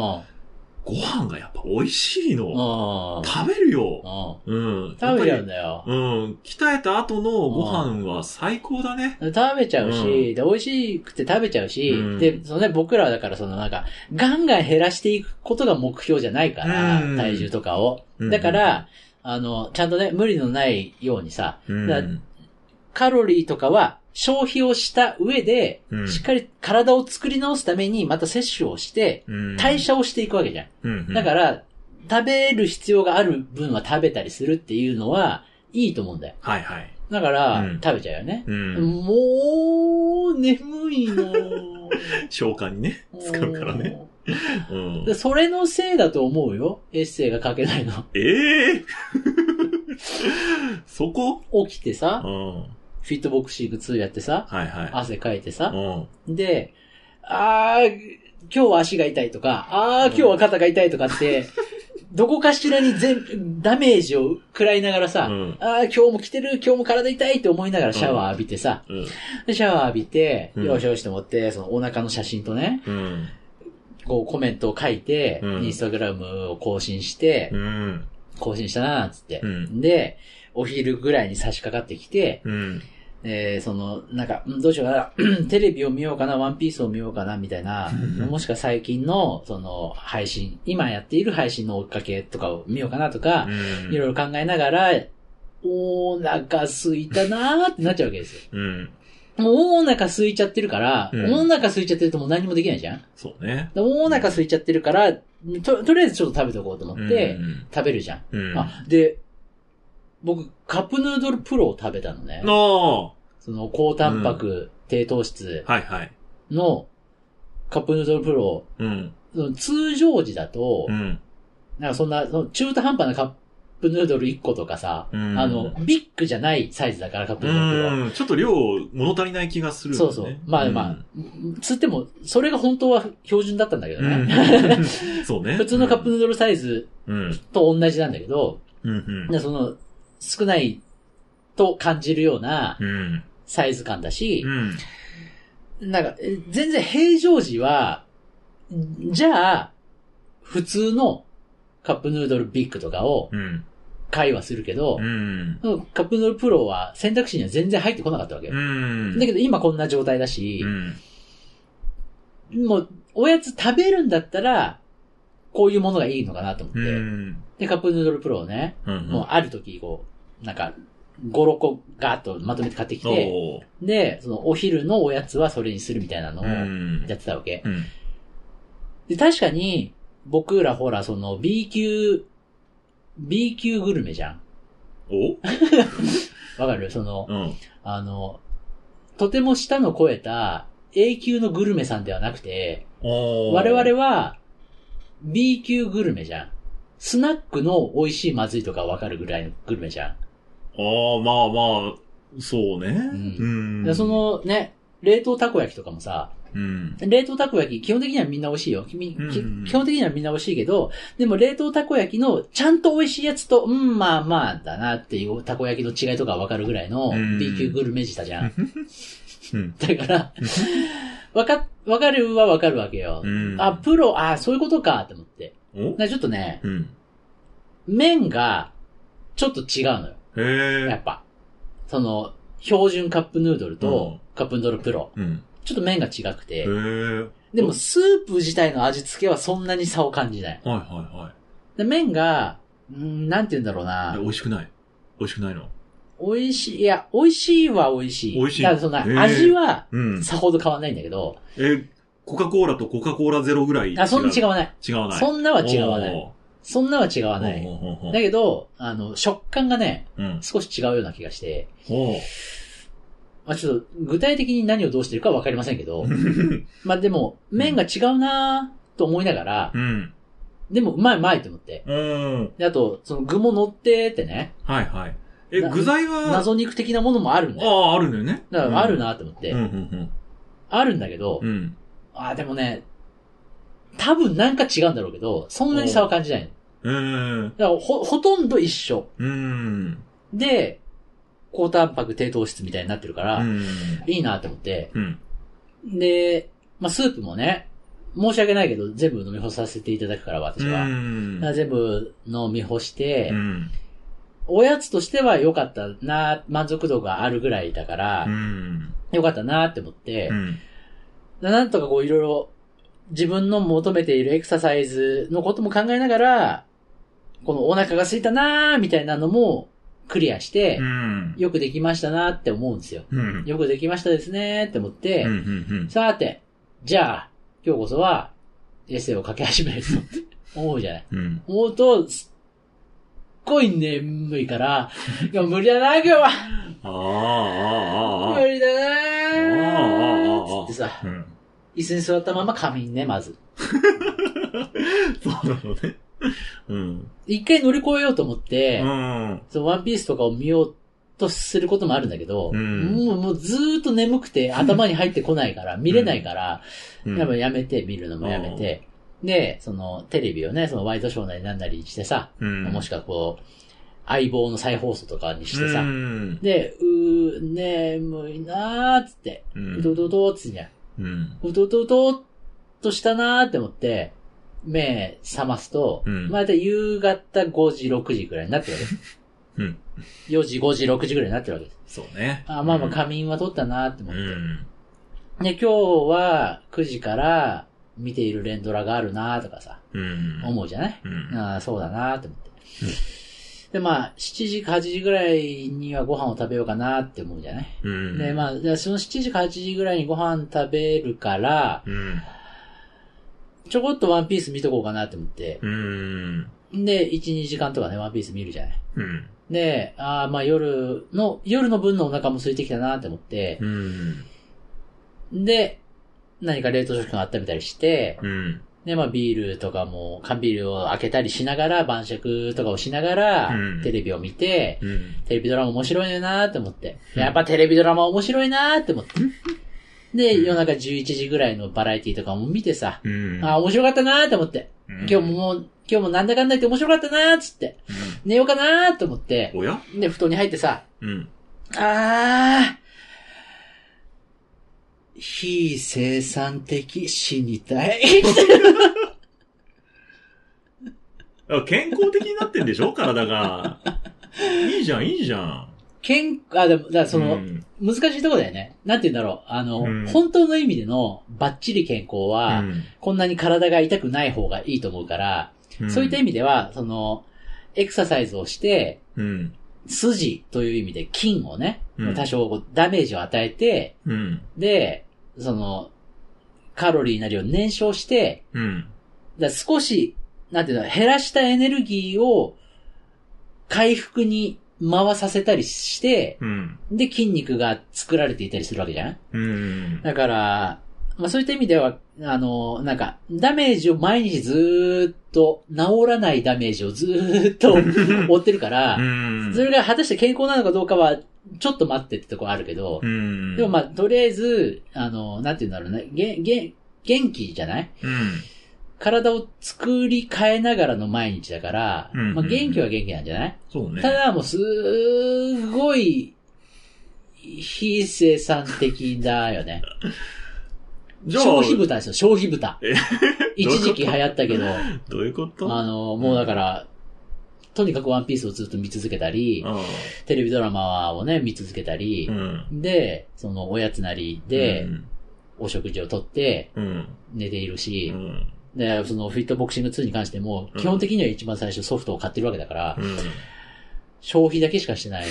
[SPEAKER 1] ご飯がやっぱ美味しいの。
[SPEAKER 2] う
[SPEAKER 1] 食べるよ。
[SPEAKER 2] ん。うん。
[SPEAKER 1] うん。
[SPEAKER 2] 食べちゃうん
[SPEAKER 1] ね。
[SPEAKER 2] だよ。
[SPEAKER 1] うん。鍛えた後のご飯は最高だね。
[SPEAKER 2] 食べちゃうし、
[SPEAKER 1] うん
[SPEAKER 2] で、美味しくて食べちゃうし、
[SPEAKER 1] うん
[SPEAKER 2] で、そのね、僕らはだからそのなんか、ガンガン減らしていくことが目標じゃないから、
[SPEAKER 1] うん
[SPEAKER 2] 体重とかを。
[SPEAKER 1] うん
[SPEAKER 2] だから、あの、ちゃんとね、無理のないようにさ、
[SPEAKER 1] うん。
[SPEAKER 2] だカロリーとかは消費をした上で、
[SPEAKER 1] うん
[SPEAKER 2] しっかり体を作り直すためにまた摂取をして、
[SPEAKER 1] うん
[SPEAKER 2] 代、謝をしていくわけじゃん。
[SPEAKER 1] うん
[SPEAKER 2] だから、食べる必要がある分は食べたりするっていうのは、いいと思うんだよ。
[SPEAKER 1] はいはい。
[SPEAKER 2] だから、
[SPEAKER 1] うん
[SPEAKER 2] 食べちゃうよね。
[SPEAKER 1] うん。
[SPEAKER 2] もう、眠いの。
[SPEAKER 1] 消化にね、 使うからね。うん
[SPEAKER 2] で。それのせいだと思うよ。エッセイが書けないの。
[SPEAKER 1] え えそこ
[SPEAKER 2] 起きて
[SPEAKER 1] う
[SPEAKER 2] さ、
[SPEAKER 1] ん。
[SPEAKER 2] フィットボクシング2やってさ、
[SPEAKER 1] はいは
[SPEAKER 2] 汗かいて
[SPEAKER 1] い。
[SPEAKER 2] さ、
[SPEAKER 1] うん。
[SPEAKER 2] で、あー、今日は足が痛いとか、あー、今日は肩が痛いとか って、どこかしらに全、ダメージを食らいながらさ、
[SPEAKER 1] うん。
[SPEAKER 2] ああ、今日も来てる、今日も体痛いって思いながらシャワー浴びてさ、
[SPEAKER 1] うん。
[SPEAKER 2] でシャワー浴びて、
[SPEAKER 1] うん
[SPEAKER 2] よしよしと思って、そのお腹の写真とね、
[SPEAKER 1] うん。
[SPEAKER 2] こうコメントを書いて、
[SPEAKER 1] うん
[SPEAKER 2] インスタグラムを更新して
[SPEAKER 1] う、ん。
[SPEAKER 2] 更新したなーっつって、
[SPEAKER 1] うん
[SPEAKER 2] で、お昼ぐらいに差し掛かってきて、
[SPEAKER 1] うん。
[SPEAKER 2] えーその、なんか、うんどうしようかな、 テレビを見ようかな、ワンピースを見ようかな、みたいな、もしか最近の、その、配信、今やっている配信の追っかけとかを見ようかなとか、いろいろ考えながら、お腹すいたなーってなっちゃうわけです
[SPEAKER 1] うん。
[SPEAKER 2] よ。もうお腹すいちゃってるから、
[SPEAKER 1] うん
[SPEAKER 2] お腹すいちゃってるともう何もできないじゃん
[SPEAKER 1] そうね。
[SPEAKER 2] でお腹すいちゃってるから、と、とりあえずちょっと食べとこうと思って、
[SPEAKER 1] うん
[SPEAKER 2] 食べるじゃん。
[SPEAKER 1] うん。
[SPEAKER 2] あ、で、僕、カップヌードルプロを食べたのね。
[SPEAKER 1] の
[SPEAKER 2] その、高タンパク、低糖質
[SPEAKER 1] はいはい。
[SPEAKER 2] のカップヌードルプロ。
[SPEAKER 1] うん。
[SPEAKER 2] その通常時だと
[SPEAKER 1] う、ん。
[SPEAKER 2] なんかそんな、その中途半端なカップヌードル1個とかさ、
[SPEAKER 1] うん
[SPEAKER 2] あの、ビッグじゃないサイズだから、カップ
[SPEAKER 1] う
[SPEAKER 2] ヌードルは。
[SPEAKER 1] ん。ちょっと量、物足りない気がする、ね。
[SPEAKER 2] そうそう。まあまあ、つっても、それが本当は標準だったんだけど
[SPEAKER 1] う
[SPEAKER 2] ね。
[SPEAKER 1] ん。そうね。
[SPEAKER 2] 普通のカップヌードルサイズ
[SPEAKER 1] うん。
[SPEAKER 2] と同じなんだけど、
[SPEAKER 1] うん。
[SPEAKER 2] でその、少ないと感じるような
[SPEAKER 1] うん。
[SPEAKER 2] サイズ感だし
[SPEAKER 1] う、ん。
[SPEAKER 2] なんか、え全然平常時は、じゃあ、普通のカップヌードルビッグとかを
[SPEAKER 1] うん。
[SPEAKER 2] 会話するけど
[SPEAKER 1] う、ん。
[SPEAKER 2] カップヌードルプロは選択肢には全然入ってこなかったわけよ。
[SPEAKER 1] うん。
[SPEAKER 2] だけど今こんな状態だし
[SPEAKER 1] う、ん。
[SPEAKER 2] もう、おやつ食べるんだったら、こういうものがいいのかなと思っ
[SPEAKER 1] う
[SPEAKER 2] て。
[SPEAKER 1] ん。
[SPEAKER 2] で、カップヌードルプロをね、
[SPEAKER 1] うん。
[SPEAKER 2] もうある時、こう、なんか、5、6個ガーッとまとめて買ってきて、
[SPEAKER 1] おー
[SPEAKER 2] で、そのお昼のおやつはそれにするみたいなのを
[SPEAKER 1] うん。
[SPEAKER 2] やってたわけ。
[SPEAKER 1] うん。
[SPEAKER 2] で、確かに、僕らほら、その B 級、B 級グルメじゃん。
[SPEAKER 1] お
[SPEAKER 2] わかるその、
[SPEAKER 1] うん。
[SPEAKER 2] あの、とても舌の超えた A 級のグルメさんではなくて、
[SPEAKER 1] おー
[SPEAKER 2] 我々は B 級グルメじゃん。スナックの美味しいまずいとかわかるぐらいのグルメじゃん。
[SPEAKER 1] ああ、まあまあ、そうね。
[SPEAKER 2] う
[SPEAKER 1] うん。
[SPEAKER 2] でそ、のね、冷凍たこ焼きとかもさ、
[SPEAKER 1] うん。
[SPEAKER 2] 冷凍たこ焼き、基本的にはみんな美味しいよ。君
[SPEAKER 1] うん
[SPEAKER 2] き基本的にはみんな美味しいけど、でも冷凍たこ焼きのちゃんと美味しいやつと、うん、まあまあだなっていうたこ焼きの違いとかわかるぐらいの
[SPEAKER 1] うん
[SPEAKER 2] B 級グルメ舌じゃん。
[SPEAKER 1] うん。
[SPEAKER 2] だから、わか、わかるはわかるわけよ。
[SPEAKER 1] うん
[SPEAKER 2] あ、プロ、あ、そういうことかって思って。
[SPEAKER 1] お
[SPEAKER 2] だからちょっとね、
[SPEAKER 1] うん。
[SPEAKER 2] 麺が、ちょっと違うのよ。
[SPEAKER 1] へ
[SPEAKER 2] やっ
[SPEAKER 1] え。
[SPEAKER 2] ぱ。その、標準カップヌードル
[SPEAKER 1] う
[SPEAKER 2] と
[SPEAKER 1] ん
[SPEAKER 2] カップヌードルプロ。
[SPEAKER 1] うん。
[SPEAKER 2] ちょっと麺が違く
[SPEAKER 1] へ
[SPEAKER 2] て
[SPEAKER 1] え。。はい
[SPEAKER 2] でもスープ自体の味付けはそんなに差を感じない。
[SPEAKER 1] はいはい。
[SPEAKER 2] で麺が、うーんなんて言うんだろう
[SPEAKER 1] え
[SPEAKER 2] な
[SPEAKER 1] 美。味しくない美味しくないの
[SPEAKER 2] 美味しい、いや、美味しいは美味しい。
[SPEAKER 1] 美味しい
[SPEAKER 2] だからそん
[SPEAKER 1] へー
[SPEAKER 2] な、味は
[SPEAKER 1] うん。
[SPEAKER 2] さほど変わんないんだけど、
[SPEAKER 1] え、コカ・コーラとコカ・コーラゼロぐらい違う。
[SPEAKER 2] あ、そんな違わない。
[SPEAKER 1] 違わない。
[SPEAKER 2] そんなは違わな
[SPEAKER 1] お
[SPEAKER 2] い。そんなは違わ
[SPEAKER 1] ー。
[SPEAKER 2] な
[SPEAKER 1] お
[SPEAKER 2] い。
[SPEAKER 1] ーおーお
[SPEAKER 2] だ
[SPEAKER 1] ー
[SPEAKER 2] けど、あの、食感がね、
[SPEAKER 1] うん。
[SPEAKER 2] 少し違うような気がして、
[SPEAKER 1] おー
[SPEAKER 2] まあちょっと、具体的に何をどうしてるかはわかりませんけど、まあでも、麺が違うなぁと思いながら
[SPEAKER 1] う、ん。
[SPEAKER 2] でもうまいうまいと思って。
[SPEAKER 1] うん。
[SPEAKER 2] で、あと、その具も乗ってってね、
[SPEAKER 1] はいはい。え、
[SPEAKER 2] な
[SPEAKER 1] 具材は、
[SPEAKER 2] 謎肉的なものもあるんだ
[SPEAKER 1] あ
[SPEAKER 2] よ。
[SPEAKER 1] あ、あるんだよね。
[SPEAKER 2] だからある
[SPEAKER 1] な。
[SPEAKER 2] なと思って。
[SPEAKER 1] うん、うん、
[SPEAKER 2] あるんだけど、
[SPEAKER 1] うん。うん。
[SPEAKER 2] あーでもね、多分なんか違うんだろうけど、そんなに差は感じない
[SPEAKER 1] う
[SPEAKER 2] の。
[SPEAKER 1] ーん。
[SPEAKER 2] だからほ、ほとんど一緒。
[SPEAKER 1] うーん。
[SPEAKER 2] で、高タンパク低糖質みたいになってるから、
[SPEAKER 1] うん。
[SPEAKER 2] いいなと思って。
[SPEAKER 1] うん。
[SPEAKER 2] で、まあ、スープもね、申し訳ないけど、全部飲み干させていただくから、私は。だから全部飲み干して、
[SPEAKER 1] うん。
[SPEAKER 2] おやつとしては良かったな、満足度があるぐらいだから、
[SPEAKER 1] うん。
[SPEAKER 2] 良かったなって思って、
[SPEAKER 1] うん。
[SPEAKER 2] なんとかこういろいろ自分の求めているエクササイズのことも考えながら、このお腹が空いたなーみたいなのもクリアして
[SPEAKER 1] う、ん。
[SPEAKER 2] よくできましたなーって思うんですよ。
[SPEAKER 1] うん。
[SPEAKER 2] よくできましたですねーって思って、
[SPEAKER 1] うんうん
[SPEAKER 2] さて、じゃあ、今日こそはエッセイを書き始める と思うじゃない。
[SPEAKER 1] うん。うん。
[SPEAKER 2] 思うと、すっごい眠い から、いや無理だな今日は
[SPEAKER 1] ああ、ああ、あ
[SPEAKER 2] 無理
[SPEAKER 1] あああああ
[SPEAKER 2] だなーつってさ、
[SPEAKER 1] あ。うん。
[SPEAKER 2] 椅子に座ったまま仮眠ね、まず。
[SPEAKER 1] そうだろうね。うん。
[SPEAKER 2] 一回乗り越えようと思っ
[SPEAKER 1] う
[SPEAKER 2] て、
[SPEAKER 1] ん。
[SPEAKER 2] そのワンピースとかを見ようとすることもあるんだけど、
[SPEAKER 1] うん
[SPEAKER 2] もうもうずーっと眠くて頭に入ってこないから、見れないから、
[SPEAKER 1] うん
[SPEAKER 2] やっぱやめて、見るのもやめて、で、そのテレビをね、そのワイドショーなりなんなりにしてさ、
[SPEAKER 1] うん。
[SPEAKER 2] もしくはこう、相棒の再放送とかにしてさ、
[SPEAKER 1] うん。
[SPEAKER 2] で、うー、眠いなーっつって、
[SPEAKER 1] う。
[SPEAKER 2] うとうんとうとーっつってんじゃん。
[SPEAKER 1] うん。
[SPEAKER 2] うとうとうとうっとしたなーって思って、目覚ますと、
[SPEAKER 1] うん
[SPEAKER 2] まあだいたい夕方5時、6時くらいになってるわけです。
[SPEAKER 1] うん
[SPEAKER 2] 4時、5時、6時くらいになってるわけです。
[SPEAKER 1] そうね。
[SPEAKER 2] あまあまあ仮眠は取ったなーって思
[SPEAKER 1] う
[SPEAKER 2] って。
[SPEAKER 1] ん。
[SPEAKER 2] で、今日は9時から見ている連ドラがあるなーとかさ、
[SPEAKER 1] うん。
[SPEAKER 2] 思うじゃない、
[SPEAKER 1] うん。
[SPEAKER 2] ああ、そうだなーって思って。で、まあ、7時か8時ぐらいにはご飯を食べようかなーって思うじゃない、
[SPEAKER 1] うん。
[SPEAKER 2] で、まあ、じゃあその7時か8時ぐらいにご飯食べるから、
[SPEAKER 1] うん。
[SPEAKER 2] ちょこっとワンピース見とこうかなって思って。
[SPEAKER 1] うん。
[SPEAKER 2] で、1、2時間とかね、ワンピース見るじゃない。
[SPEAKER 1] うん。
[SPEAKER 2] で、あーまあ夜の、夜の分のお腹も空いてきたなって思って
[SPEAKER 1] う、ん。
[SPEAKER 2] で、何か冷凍食品を温めたりして、
[SPEAKER 1] うん。
[SPEAKER 2] で、まあビールとかも、缶ビールを開けたりしながら、晩酌とかをしながら
[SPEAKER 1] うん、
[SPEAKER 2] テレビを見て、
[SPEAKER 1] うん。
[SPEAKER 2] テレビドラマ面白いよなって思って。
[SPEAKER 1] うん
[SPEAKER 2] やっぱテレビドラマ面白いなって思って。で、
[SPEAKER 1] うん
[SPEAKER 2] 夜中11時ぐらいのバラエティとかも見てさ、
[SPEAKER 1] うん。
[SPEAKER 2] あー、面白かったなって思って。
[SPEAKER 1] 今
[SPEAKER 2] 今日も。もう、今日もなんだかんだ言って面白かったなーっつって、寝ようかなーと思って、
[SPEAKER 1] おや
[SPEAKER 2] で、布団に入ってさ、
[SPEAKER 1] うん。
[SPEAKER 2] あー、非生産的死にたい。
[SPEAKER 1] あ健康的になってんでしょ 体が。いいじゃん、いいじゃん。
[SPEAKER 2] 健あ、でも、だからそうの、
[SPEAKER 1] ん
[SPEAKER 2] 難しいとこだよね。なんて言うんだろう。あの、
[SPEAKER 1] うん
[SPEAKER 2] 本当の意味での、バッチリ健康は、こんなに体が痛くない方がいいと思うから、そういった意
[SPEAKER 1] 味。
[SPEAKER 2] 味では、その、エクササイズをして、
[SPEAKER 1] うん。
[SPEAKER 2] 筋という意味で筋をね、
[SPEAKER 1] うん
[SPEAKER 2] 多少こうダメージを与えて、
[SPEAKER 1] うん。
[SPEAKER 2] で、その、カロリーなりを燃焼して、
[SPEAKER 1] うん。
[SPEAKER 2] だから少し、なんていうの、減らしたエネルギーを回復に回させたりして、
[SPEAKER 1] うん。
[SPEAKER 2] で、筋肉が作られていたりするわけじゃん
[SPEAKER 1] うん。
[SPEAKER 2] だから、まあそういった意味では、あの、なんか、ダメージを毎日ずーっと、治らないダメージをずーっと 負ってるから、
[SPEAKER 1] うん。
[SPEAKER 2] それが果たして健康なのかどうかは、ちょっと待ってってとこあるけど、
[SPEAKER 1] うん。
[SPEAKER 2] でもまあ、とりあえず、あの、なんて言うんだろうね、げ、げ、元気じゃない
[SPEAKER 1] うん。
[SPEAKER 2] 体を作り変えながらの毎日だから、
[SPEAKER 1] うん
[SPEAKER 2] まあ元気は元気なんじゃない、
[SPEAKER 1] そうね。
[SPEAKER 2] ただもうすごい、非生産的だよね。
[SPEAKER 1] じゃあ、
[SPEAKER 2] 消費豚ですよ、消費豚
[SPEAKER 1] え。
[SPEAKER 2] 一時期流行ったけど、
[SPEAKER 1] どういうこと
[SPEAKER 2] あ
[SPEAKER 1] あ
[SPEAKER 2] の、もうだから、とにかくワンピースをずっと見続けたり、
[SPEAKER 1] あ
[SPEAKER 2] テレビドラマをね、見続けたり、
[SPEAKER 1] うん。
[SPEAKER 2] で、そのおやつなりで
[SPEAKER 1] う、ん
[SPEAKER 2] お食事をとって
[SPEAKER 1] うん。
[SPEAKER 2] 寝ている
[SPEAKER 1] う
[SPEAKER 2] し、
[SPEAKER 1] ん。
[SPEAKER 2] で、そのフィットボクシング2に関しても、
[SPEAKER 1] うん
[SPEAKER 2] 基本的には一番最初ソフトを買ってるわけだから、
[SPEAKER 1] うん。
[SPEAKER 2] 消費だけしかしてない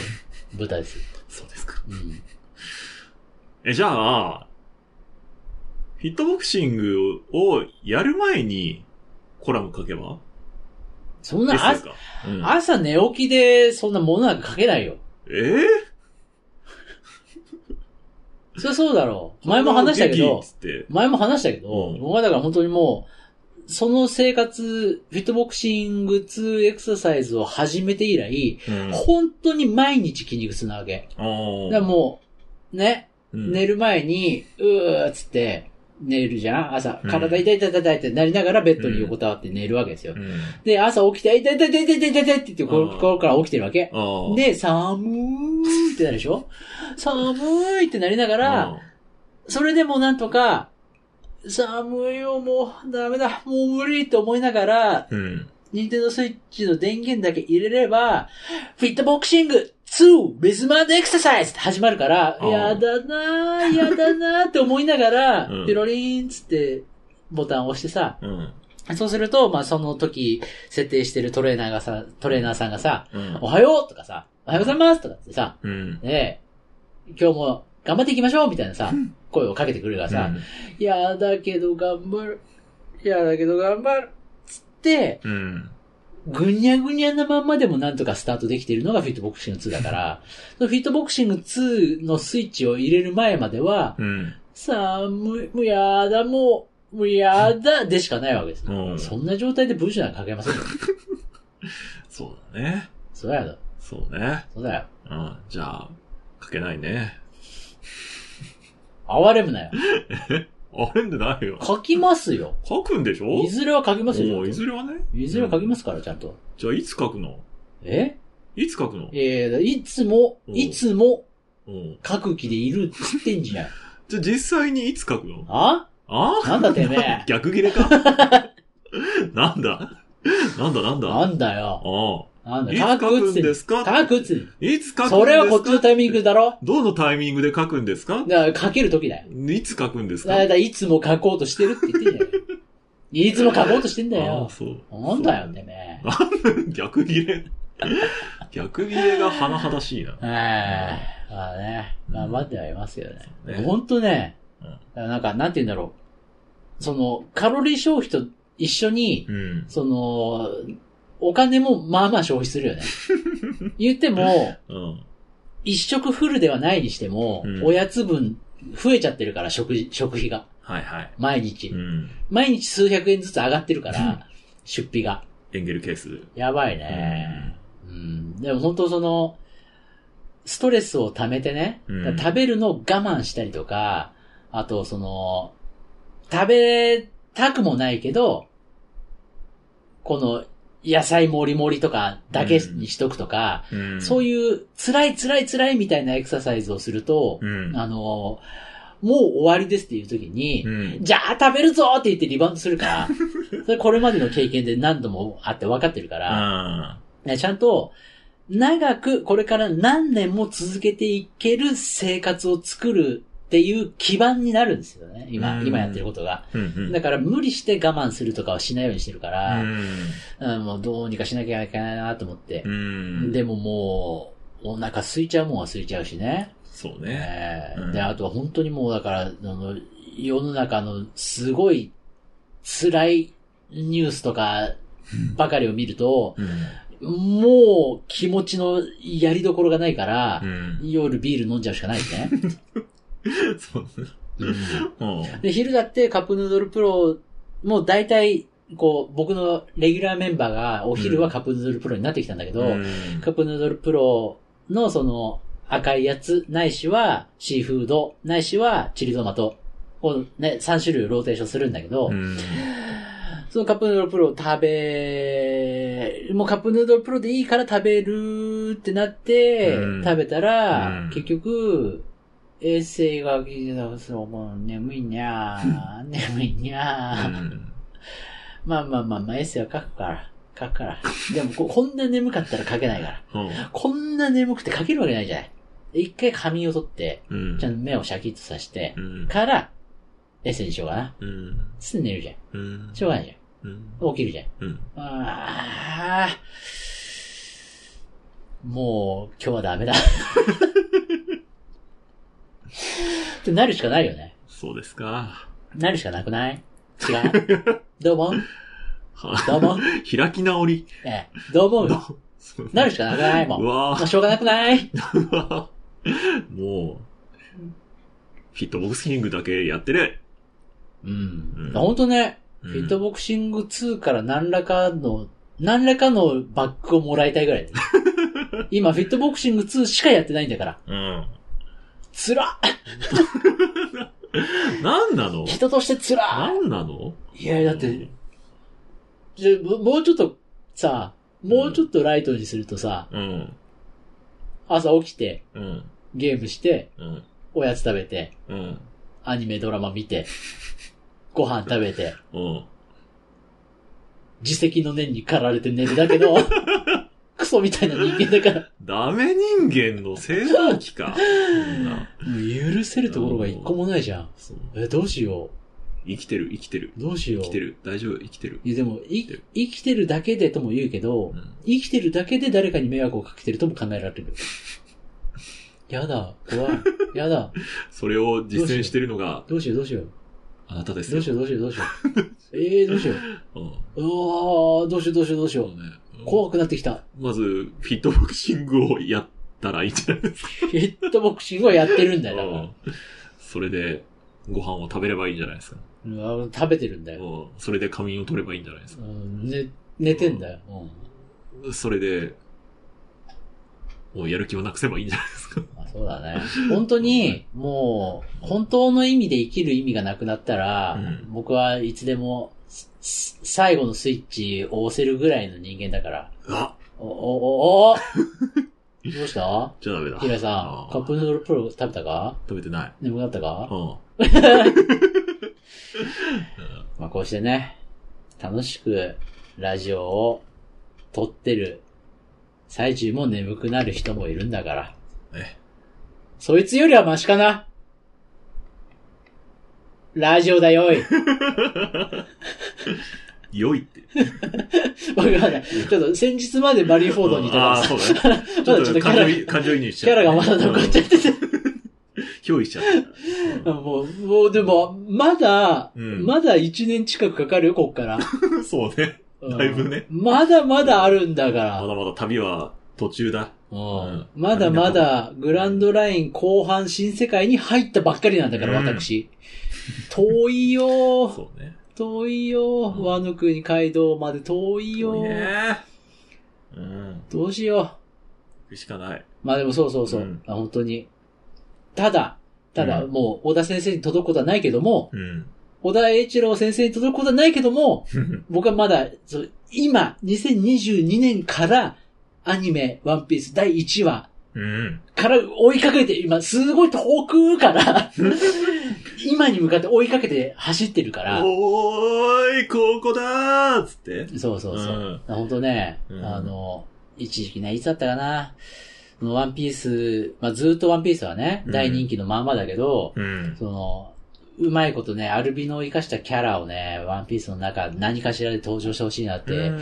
[SPEAKER 2] 豚です。
[SPEAKER 1] そうですか。
[SPEAKER 2] うん。
[SPEAKER 1] え、じゃあ、フィットボクシングをやる前にコラム書けば
[SPEAKER 2] そん
[SPEAKER 1] で
[SPEAKER 2] な
[SPEAKER 1] す
[SPEAKER 2] 朝、
[SPEAKER 1] か。うん
[SPEAKER 2] 朝寝起きでそんなものなんか書けないよ。
[SPEAKER 1] えー
[SPEAKER 2] そりゃそうだろう。前も話したけ
[SPEAKER 1] 元気
[SPEAKER 2] ど
[SPEAKER 1] っ、つって。
[SPEAKER 2] 前も話したけど、
[SPEAKER 1] うん
[SPEAKER 2] 僕はだから本当にもう、その生活、フィットボクシング2エクササイズを始めて以来、
[SPEAKER 1] うん。
[SPEAKER 2] 本当に毎日筋肉痛なわけ。だから
[SPEAKER 1] あ
[SPEAKER 2] もう、ね、
[SPEAKER 1] あ。
[SPEAKER 2] 寝る前に、うーっつって、寝るじゃん朝、
[SPEAKER 1] うん
[SPEAKER 2] 体痛い痛い痛い痛いってなりながらベッドに横たわって寝るわけですよ
[SPEAKER 1] う。ん。
[SPEAKER 2] で、朝起きて、痛い痛い痛い痛い痛い痛いって言って、こ
[SPEAKER 1] あー
[SPEAKER 2] こから起きてるわけ。
[SPEAKER 1] ああ。
[SPEAKER 2] で、寒ーいってなるでしょ寒いってなりながら、それでもなんとか、寒いよ、もうダメだ、もう無理って思いながら、
[SPEAKER 1] うん、うん。
[SPEAKER 2] ニンテンドスイッチの電源だけ入れれば、フィットボクシング 2! ベスマンドエクササイズって始まるから、
[SPEAKER 1] うん
[SPEAKER 2] やだなーやだなーって思いながら、
[SPEAKER 1] うん
[SPEAKER 2] ピロリーンっつってボタンを押してさ、
[SPEAKER 1] うん。
[SPEAKER 2] そうすると、まあその時設定してるトレーナーがさ、トレーナーさんがさ、
[SPEAKER 1] うん
[SPEAKER 2] お。はようとかさ、おはようございますとかってさ、
[SPEAKER 1] うん。
[SPEAKER 2] ねえ、今日も頑張っていきましょうみたいなさ
[SPEAKER 1] うん、
[SPEAKER 2] 声をかけてくるから
[SPEAKER 1] う
[SPEAKER 2] さ、
[SPEAKER 1] ん
[SPEAKER 2] いやだけど頑張る。いやだけど頑張る。つって、
[SPEAKER 1] うん。
[SPEAKER 2] ぐにゃぐにゃなまんまでもなんとかスタートできているのがフィットボクシング2だ から、そのフィットボクシング2のスイッチを入れる前までは、
[SPEAKER 1] うん。
[SPEAKER 2] 寒い、もうやだ、もう、もうやだ、でしかないわけです。
[SPEAKER 1] うん
[SPEAKER 2] そんな状態で文章なんか書けませんよ。
[SPEAKER 1] そうだね。
[SPEAKER 2] そうだよ。
[SPEAKER 1] そうね。
[SPEAKER 2] そうだよ。
[SPEAKER 1] うん。じゃあ、書けないね。
[SPEAKER 2] 哀れむなよ。
[SPEAKER 1] あれんでないよ。
[SPEAKER 2] 書きますよ。
[SPEAKER 1] 書くんでしょ
[SPEAKER 2] いずれは書きます
[SPEAKER 1] お
[SPEAKER 2] よ
[SPEAKER 1] う。いずれはね。
[SPEAKER 2] いずれは書きますから、ちゃんと。
[SPEAKER 1] じゃあ、いつ書くの
[SPEAKER 2] え
[SPEAKER 1] いつ書くの
[SPEAKER 2] えーいつも、
[SPEAKER 1] うん
[SPEAKER 2] いつも、
[SPEAKER 1] うん。
[SPEAKER 2] 書く気でいるっつってんじゃん。
[SPEAKER 1] じゃあ、実際にいつ書くの
[SPEAKER 2] あ
[SPEAKER 1] あ。
[SPEAKER 2] なんだてめえ
[SPEAKER 1] 逆切れかなんだなんだなんだ
[SPEAKER 2] な
[SPEAKER 1] あ
[SPEAKER 2] んだよ。
[SPEAKER 1] あ。
[SPEAKER 2] なんだ、
[SPEAKER 1] いつ書
[SPEAKER 2] 書く
[SPEAKER 1] くん
[SPEAKER 2] っつって
[SPEAKER 1] で
[SPEAKER 2] ん
[SPEAKER 1] すか
[SPEAKER 2] 書くっつってん
[SPEAKER 1] いつ書くんですか
[SPEAKER 2] それはこっちのタイミングだろ
[SPEAKER 1] どのタイミングで書くんですか
[SPEAKER 2] だから書ける時だよ。
[SPEAKER 1] いつ書くんですか
[SPEAKER 2] だからいつも書こうとしてるって言ってんじゃん。いつも書こうとしてんだ
[SPEAKER 1] ああ、
[SPEAKER 2] よ。
[SPEAKER 1] そう。
[SPEAKER 2] なんだよ、てめ
[SPEAKER 1] そう。 逆切れ。逆切れが甚だしいな。
[SPEAKER 2] え。はい。まあね、頑張ってはいますよ
[SPEAKER 1] うん
[SPEAKER 2] ね。ほんとね
[SPEAKER 1] うん、
[SPEAKER 2] なんか、なんて言うんだろう。その、カロリー消費と一緒に、
[SPEAKER 1] うん。
[SPEAKER 2] その、お金もまあまあ消費す るよね。言っても、
[SPEAKER 1] うん。
[SPEAKER 2] 一食フルではないにしても、
[SPEAKER 1] うん
[SPEAKER 2] おやつ分増えちゃってるから、食事、食費が。
[SPEAKER 1] はいはい。
[SPEAKER 2] 毎日。
[SPEAKER 1] うん。
[SPEAKER 2] 毎日数百円ずつ上がってるから、出費が。
[SPEAKER 1] エンゲルケース。
[SPEAKER 2] やばいね。うん。でも本当その、ストレスを溜めてね、
[SPEAKER 1] うん
[SPEAKER 2] だから食べるのを我慢したりとか、あとその、食べたくもないけど、この、野菜もりもりとかだけにしとくとか、
[SPEAKER 1] うん。
[SPEAKER 2] そう
[SPEAKER 1] い
[SPEAKER 2] いう辛い辛い辛いみたいなエクササイズをすると、
[SPEAKER 1] うん。
[SPEAKER 2] あの、もう終わりですっていう時に、
[SPEAKER 1] うん。
[SPEAKER 2] じゃあ食べるぞって言ってリバウンドするから、 それこれまでの経験で何度もあって分かってるから、
[SPEAKER 1] あ
[SPEAKER 2] ねちゃんと、長くこれから何年も続けていける生活を作るっていう基盤になるんですよね、今、
[SPEAKER 1] うん
[SPEAKER 2] 今やってることが。
[SPEAKER 1] ー。うん。
[SPEAKER 2] だから無理して我慢するとかはしないようにしてるか
[SPEAKER 1] う
[SPEAKER 2] ら、
[SPEAKER 1] ん。
[SPEAKER 2] うんもうどうにかしなきゃいけないなと思って
[SPEAKER 1] う。ん。
[SPEAKER 2] でももう、お腹空いちゃうもんは空いちゃうしね。
[SPEAKER 1] そうね。
[SPEAKER 2] え
[SPEAKER 1] うん
[SPEAKER 2] ーで、あとは本当にもうだから、あの世の中のすごい辛いニュースとかばかりを見ると、
[SPEAKER 1] うん。
[SPEAKER 2] もう気持ちのやりどころがないから
[SPEAKER 1] う、ん。
[SPEAKER 2] 夜ビール飲んじゃうしかないですね。
[SPEAKER 1] そうね。
[SPEAKER 2] うん
[SPEAKER 1] うん。
[SPEAKER 2] で、昼だってカップヌードルプロ、もう大体、こう、僕のレギュラーメンバーがお昼はカップヌードルプロになってきたんだけど、
[SPEAKER 1] うん
[SPEAKER 2] カップヌードルプロのその赤いやつ、ないしはシーフード、ないしはチリトマトをね、3種類ローテーションするんだけど、
[SPEAKER 1] うん。
[SPEAKER 2] そのカップヌードルプロを食べ、もうカップヌードルプロでいいから食べるってなって、
[SPEAKER 1] うん
[SPEAKER 2] 食べたら、
[SPEAKER 1] うん
[SPEAKER 2] 結局、衛生が、そう、もう眠いにゃ ー、眠いにゃー、
[SPEAKER 1] うん
[SPEAKER 2] まあまあまあまあ、エッセイは書くから、書くから。でもこ、こんな眠かったら書けないから。こんな眠くて書けるわけないじゃない。一回髪を取って、
[SPEAKER 1] うん。
[SPEAKER 2] ちゃんと目をシャキッとさして
[SPEAKER 1] う、ん。
[SPEAKER 2] から、エッセイにしようかな。
[SPEAKER 1] うん。
[SPEAKER 2] すぐ寝るじゃ
[SPEAKER 1] うん。
[SPEAKER 2] ん。しょうがないじ
[SPEAKER 1] うん。
[SPEAKER 2] ゃん。起きるじゃん。
[SPEAKER 1] うん。
[SPEAKER 2] ああ。もう、今日はダメだ。 ってなるしかないよね。
[SPEAKER 1] そうですか。
[SPEAKER 2] なるしかなくない違うどうも
[SPEAKER 1] は
[SPEAKER 2] どうも
[SPEAKER 1] 開き直り。
[SPEAKER 2] ええ、どう思う
[SPEAKER 1] そう
[SPEAKER 2] なるしかなくないもん。
[SPEAKER 1] う
[SPEAKER 2] も
[SPEAKER 1] わ
[SPEAKER 2] うしょうがなくない
[SPEAKER 1] ぁ。もう、フィットボクシングだけやってる。
[SPEAKER 2] うん
[SPEAKER 1] うん。
[SPEAKER 2] ほんとね。
[SPEAKER 1] うん
[SPEAKER 2] フィットボクシング2から何らかの、何らかのバックをもらいたいぐらい だね。今、フィットボクシング2しかやってないんだから。
[SPEAKER 1] うん。
[SPEAKER 2] つらっ
[SPEAKER 1] なんなの
[SPEAKER 2] 人としてつら
[SPEAKER 1] な
[SPEAKER 2] っ
[SPEAKER 1] んなの
[SPEAKER 2] いや、だって、、じゃももうちょっとさ、もうちょっとライトにするとさ、
[SPEAKER 1] うん。
[SPEAKER 2] 朝起きて、
[SPEAKER 1] うん。
[SPEAKER 2] ゲームして、
[SPEAKER 1] うん。
[SPEAKER 2] おやつ食べて、
[SPEAKER 1] うん。
[SPEAKER 2] アニメドラマ 見て、ご飯食べて、
[SPEAKER 1] うん。
[SPEAKER 2] 自責の念に駆られて寝るだけ の、クソみたいな人間だから。
[SPEAKER 1] ダメ人間の成長期か。そんな
[SPEAKER 2] もう許せるところが一個もないじゃん。
[SPEAKER 1] そう
[SPEAKER 2] え、どうしよ
[SPEAKER 1] 生きてる、生きてる。
[SPEAKER 2] う。どうしよう。
[SPEAKER 1] 生きてる。大丈夫、生きてる。
[SPEAKER 2] いや、でも、い
[SPEAKER 1] てる
[SPEAKER 2] 生きてるだけでとも言うけど
[SPEAKER 1] う、ん。
[SPEAKER 2] 生きてるだけで誰かに迷惑をかけてるとも考えら れる。やだ、怖い。やだ、
[SPEAKER 1] それを実践してるのが
[SPEAKER 2] どうしよう、どうしよう。
[SPEAKER 1] あなたです
[SPEAKER 2] ど
[SPEAKER 1] よ。
[SPEAKER 2] うしよう、どうしよう、どうしよう。えー、どうしよう。
[SPEAKER 1] うん
[SPEAKER 2] うわー、どうしよう、どうしよう、どうしよ
[SPEAKER 1] そうね
[SPEAKER 2] う。
[SPEAKER 1] うん
[SPEAKER 2] 怖くなってきた。
[SPEAKER 1] まず、フィットボクシングをやったらいいんじゃないですか。
[SPEAKER 2] フィットボクシングはやってるんだよ、だ
[SPEAKER 1] う
[SPEAKER 2] か
[SPEAKER 1] んそれで、ご飯を食べればいいんじゃないですか。
[SPEAKER 2] らうわ。食べてるんだよ。
[SPEAKER 1] うんそれで仮眠を取ればいいんじゃないですか。
[SPEAKER 2] うん寝、寝てんだよ。うん
[SPEAKER 1] それで、もうやる気をなくせばいいんじゃないですか。
[SPEAKER 2] まあ、そうだね。本当に、もう、本当の意味で生きる意味がなくなったら、
[SPEAKER 1] うん
[SPEAKER 2] 僕はいつでも、すす最後のスイッチを押せるぐらいの人間だから。
[SPEAKER 1] あ
[SPEAKER 2] お、お、お、おどうした
[SPEAKER 1] じゃあダメだ。
[SPEAKER 2] 平井
[SPEAKER 1] あ
[SPEAKER 2] さん、
[SPEAKER 1] ー
[SPEAKER 2] カップヌードルプロ食べたか
[SPEAKER 1] 食べてない。
[SPEAKER 2] 眠くなった
[SPEAKER 1] う
[SPEAKER 2] か
[SPEAKER 1] ん。
[SPEAKER 2] まあこうしてね、楽しくラジオを撮ってる最中も眠くなる人もいるんだから。
[SPEAKER 1] え
[SPEAKER 2] そいつよりはマシかなラジオだよい。
[SPEAKER 1] 良いって。
[SPEAKER 2] わかんない。ちょっと先日までマリーフォードにいた
[SPEAKER 1] ああ
[SPEAKER 2] から
[SPEAKER 1] ー、
[SPEAKER 2] さ、
[SPEAKER 1] そうだね。 ちょっ
[SPEAKER 2] ちょっ
[SPEAKER 1] と
[SPEAKER 2] と
[SPEAKER 1] 感
[SPEAKER 2] キャラ
[SPEAKER 1] 情移感情移入し
[SPEAKER 2] キ
[SPEAKER 1] ちゃ
[SPEAKER 2] ャ
[SPEAKER 1] う。
[SPEAKER 2] ラがまだ残っちゃってて。
[SPEAKER 1] 憑依しちゃった。
[SPEAKER 2] もう、もうでも、まだ、
[SPEAKER 1] うん
[SPEAKER 2] まだ1年近くかかるよ、こっから。
[SPEAKER 1] うんそうね。
[SPEAKER 2] う ん
[SPEAKER 1] だいぶね
[SPEAKER 2] まだまだあるんだから
[SPEAKER 1] ま。だまだ旅は途中だ。ん
[SPEAKER 2] まだまだグランドライン後半新世界に入ったばっかりなんだから、
[SPEAKER 1] うん
[SPEAKER 2] 私。遠いよー
[SPEAKER 1] そうね。
[SPEAKER 2] 遠いよ
[SPEAKER 1] う
[SPEAKER 2] ー
[SPEAKER 1] ん
[SPEAKER 2] ワノ国街道まで遠いよ
[SPEAKER 1] いい
[SPEAKER 2] ー
[SPEAKER 1] ね。うん。
[SPEAKER 2] どうしよ
[SPEAKER 1] 行くしかない。
[SPEAKER 2] う。まあでもそうそうそう。
[SPEAKER 1] うん
[SPEAKER 2] あ本当に。ただ、ただ、
[SPEAKER 1] うん
[SPEAKER 2] もう、小田先生に届くことはないけども、
[SPEAKER 1] うん。
[SPEAKER 2] 小田栄一郎先生に届くことはないけども、僕はまだ、そう今、2022年から、アニメ、ワンピース第1話、
[SPEAKER 1] うん。
[SPEAKER 2] から追いかけて、今、すごい遠くから、 今に向かって追いかけて走ってるから、
[SPEAKER 1] おーい、ここだーっつって。
[SPEAKER 2] そうそうそう。
[SPEAKER 1] ん。
[SPEAKER 2] ほんとね、
[SPEAKER 1] うん
[SPEAKER 2] あの、一時期ね、いつだったかな、そのワンピース、まあ、ずっとワンピースはね、
[SPEAKER 1] うん
[SPEAKER 2] 大人気のまんまだけど、
[SPEAKER 1] うん。
[SPEAKER 2] その、うまいことね、アルビノを生かしたキャラをね、ワンピースの中、何かしらで登場してほしいなっ
[SPEAKER 1] う
[SPEAKER 2] て
[SPEAKER 1] ん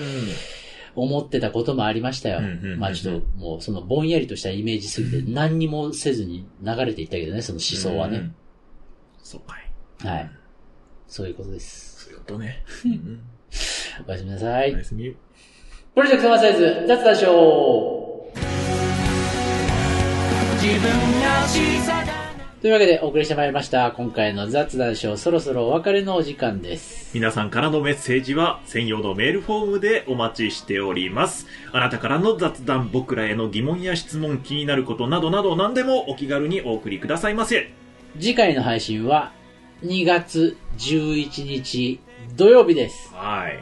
[SPEAKER 2] 思ってたこともありましたよ。まあちょっと、もうそのぼんやりとしたイメージすぎて何にもせずに流れていったけどね、その思想はね。
[SPEAKER 1] うん。そうかい。
[SPEAKER 2] はい。そういうことです。
[SPEAKER 1] そういうことね。うん
[SPEAKER 2] おやすみなさい。
[SPEAKER 1] おやすみ。
[SPEAKER 2] プロジェクトマサイズ、脱談ショーというわけでお送りしてまいりました。今回の雑談ショー、そろそろお別れのお時間です。
[SPEAKER 1] 皆さんからのメッセージは専用のメールフォームでお待ちしております。あなたからの雑談、僕らへの疑問や質問、気になることなどなど何でもお気軽にお送りくださいませ。
[SPEAKER 2] 次回の配信は2月11日土曜日です。
[SPEAKER 1] はい。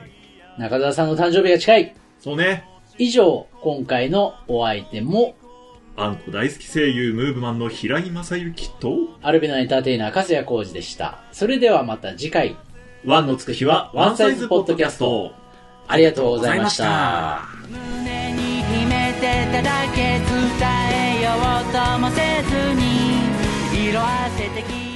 [SPEAKER 2] 中澤さんの誕生日が近い。
[SPEAKER 1] そうね。
[SPEAKER 2] 以上、今回のお相手も、
[SPEAKER 1] あんこ大好き声優、ムーブマンの平井正幸と、
[SPEAKER 2] アルビナエンターテイナー、粕谷浩二でした。それではまた次回、
[SPEAKER 1] ワンのつく日はワンサイズポッドキャスト。
[SPEAKER 2] ありがとうございました。
[SPEAKER 3] 胸に秘めてただけ伝えようともせずに色あせて消え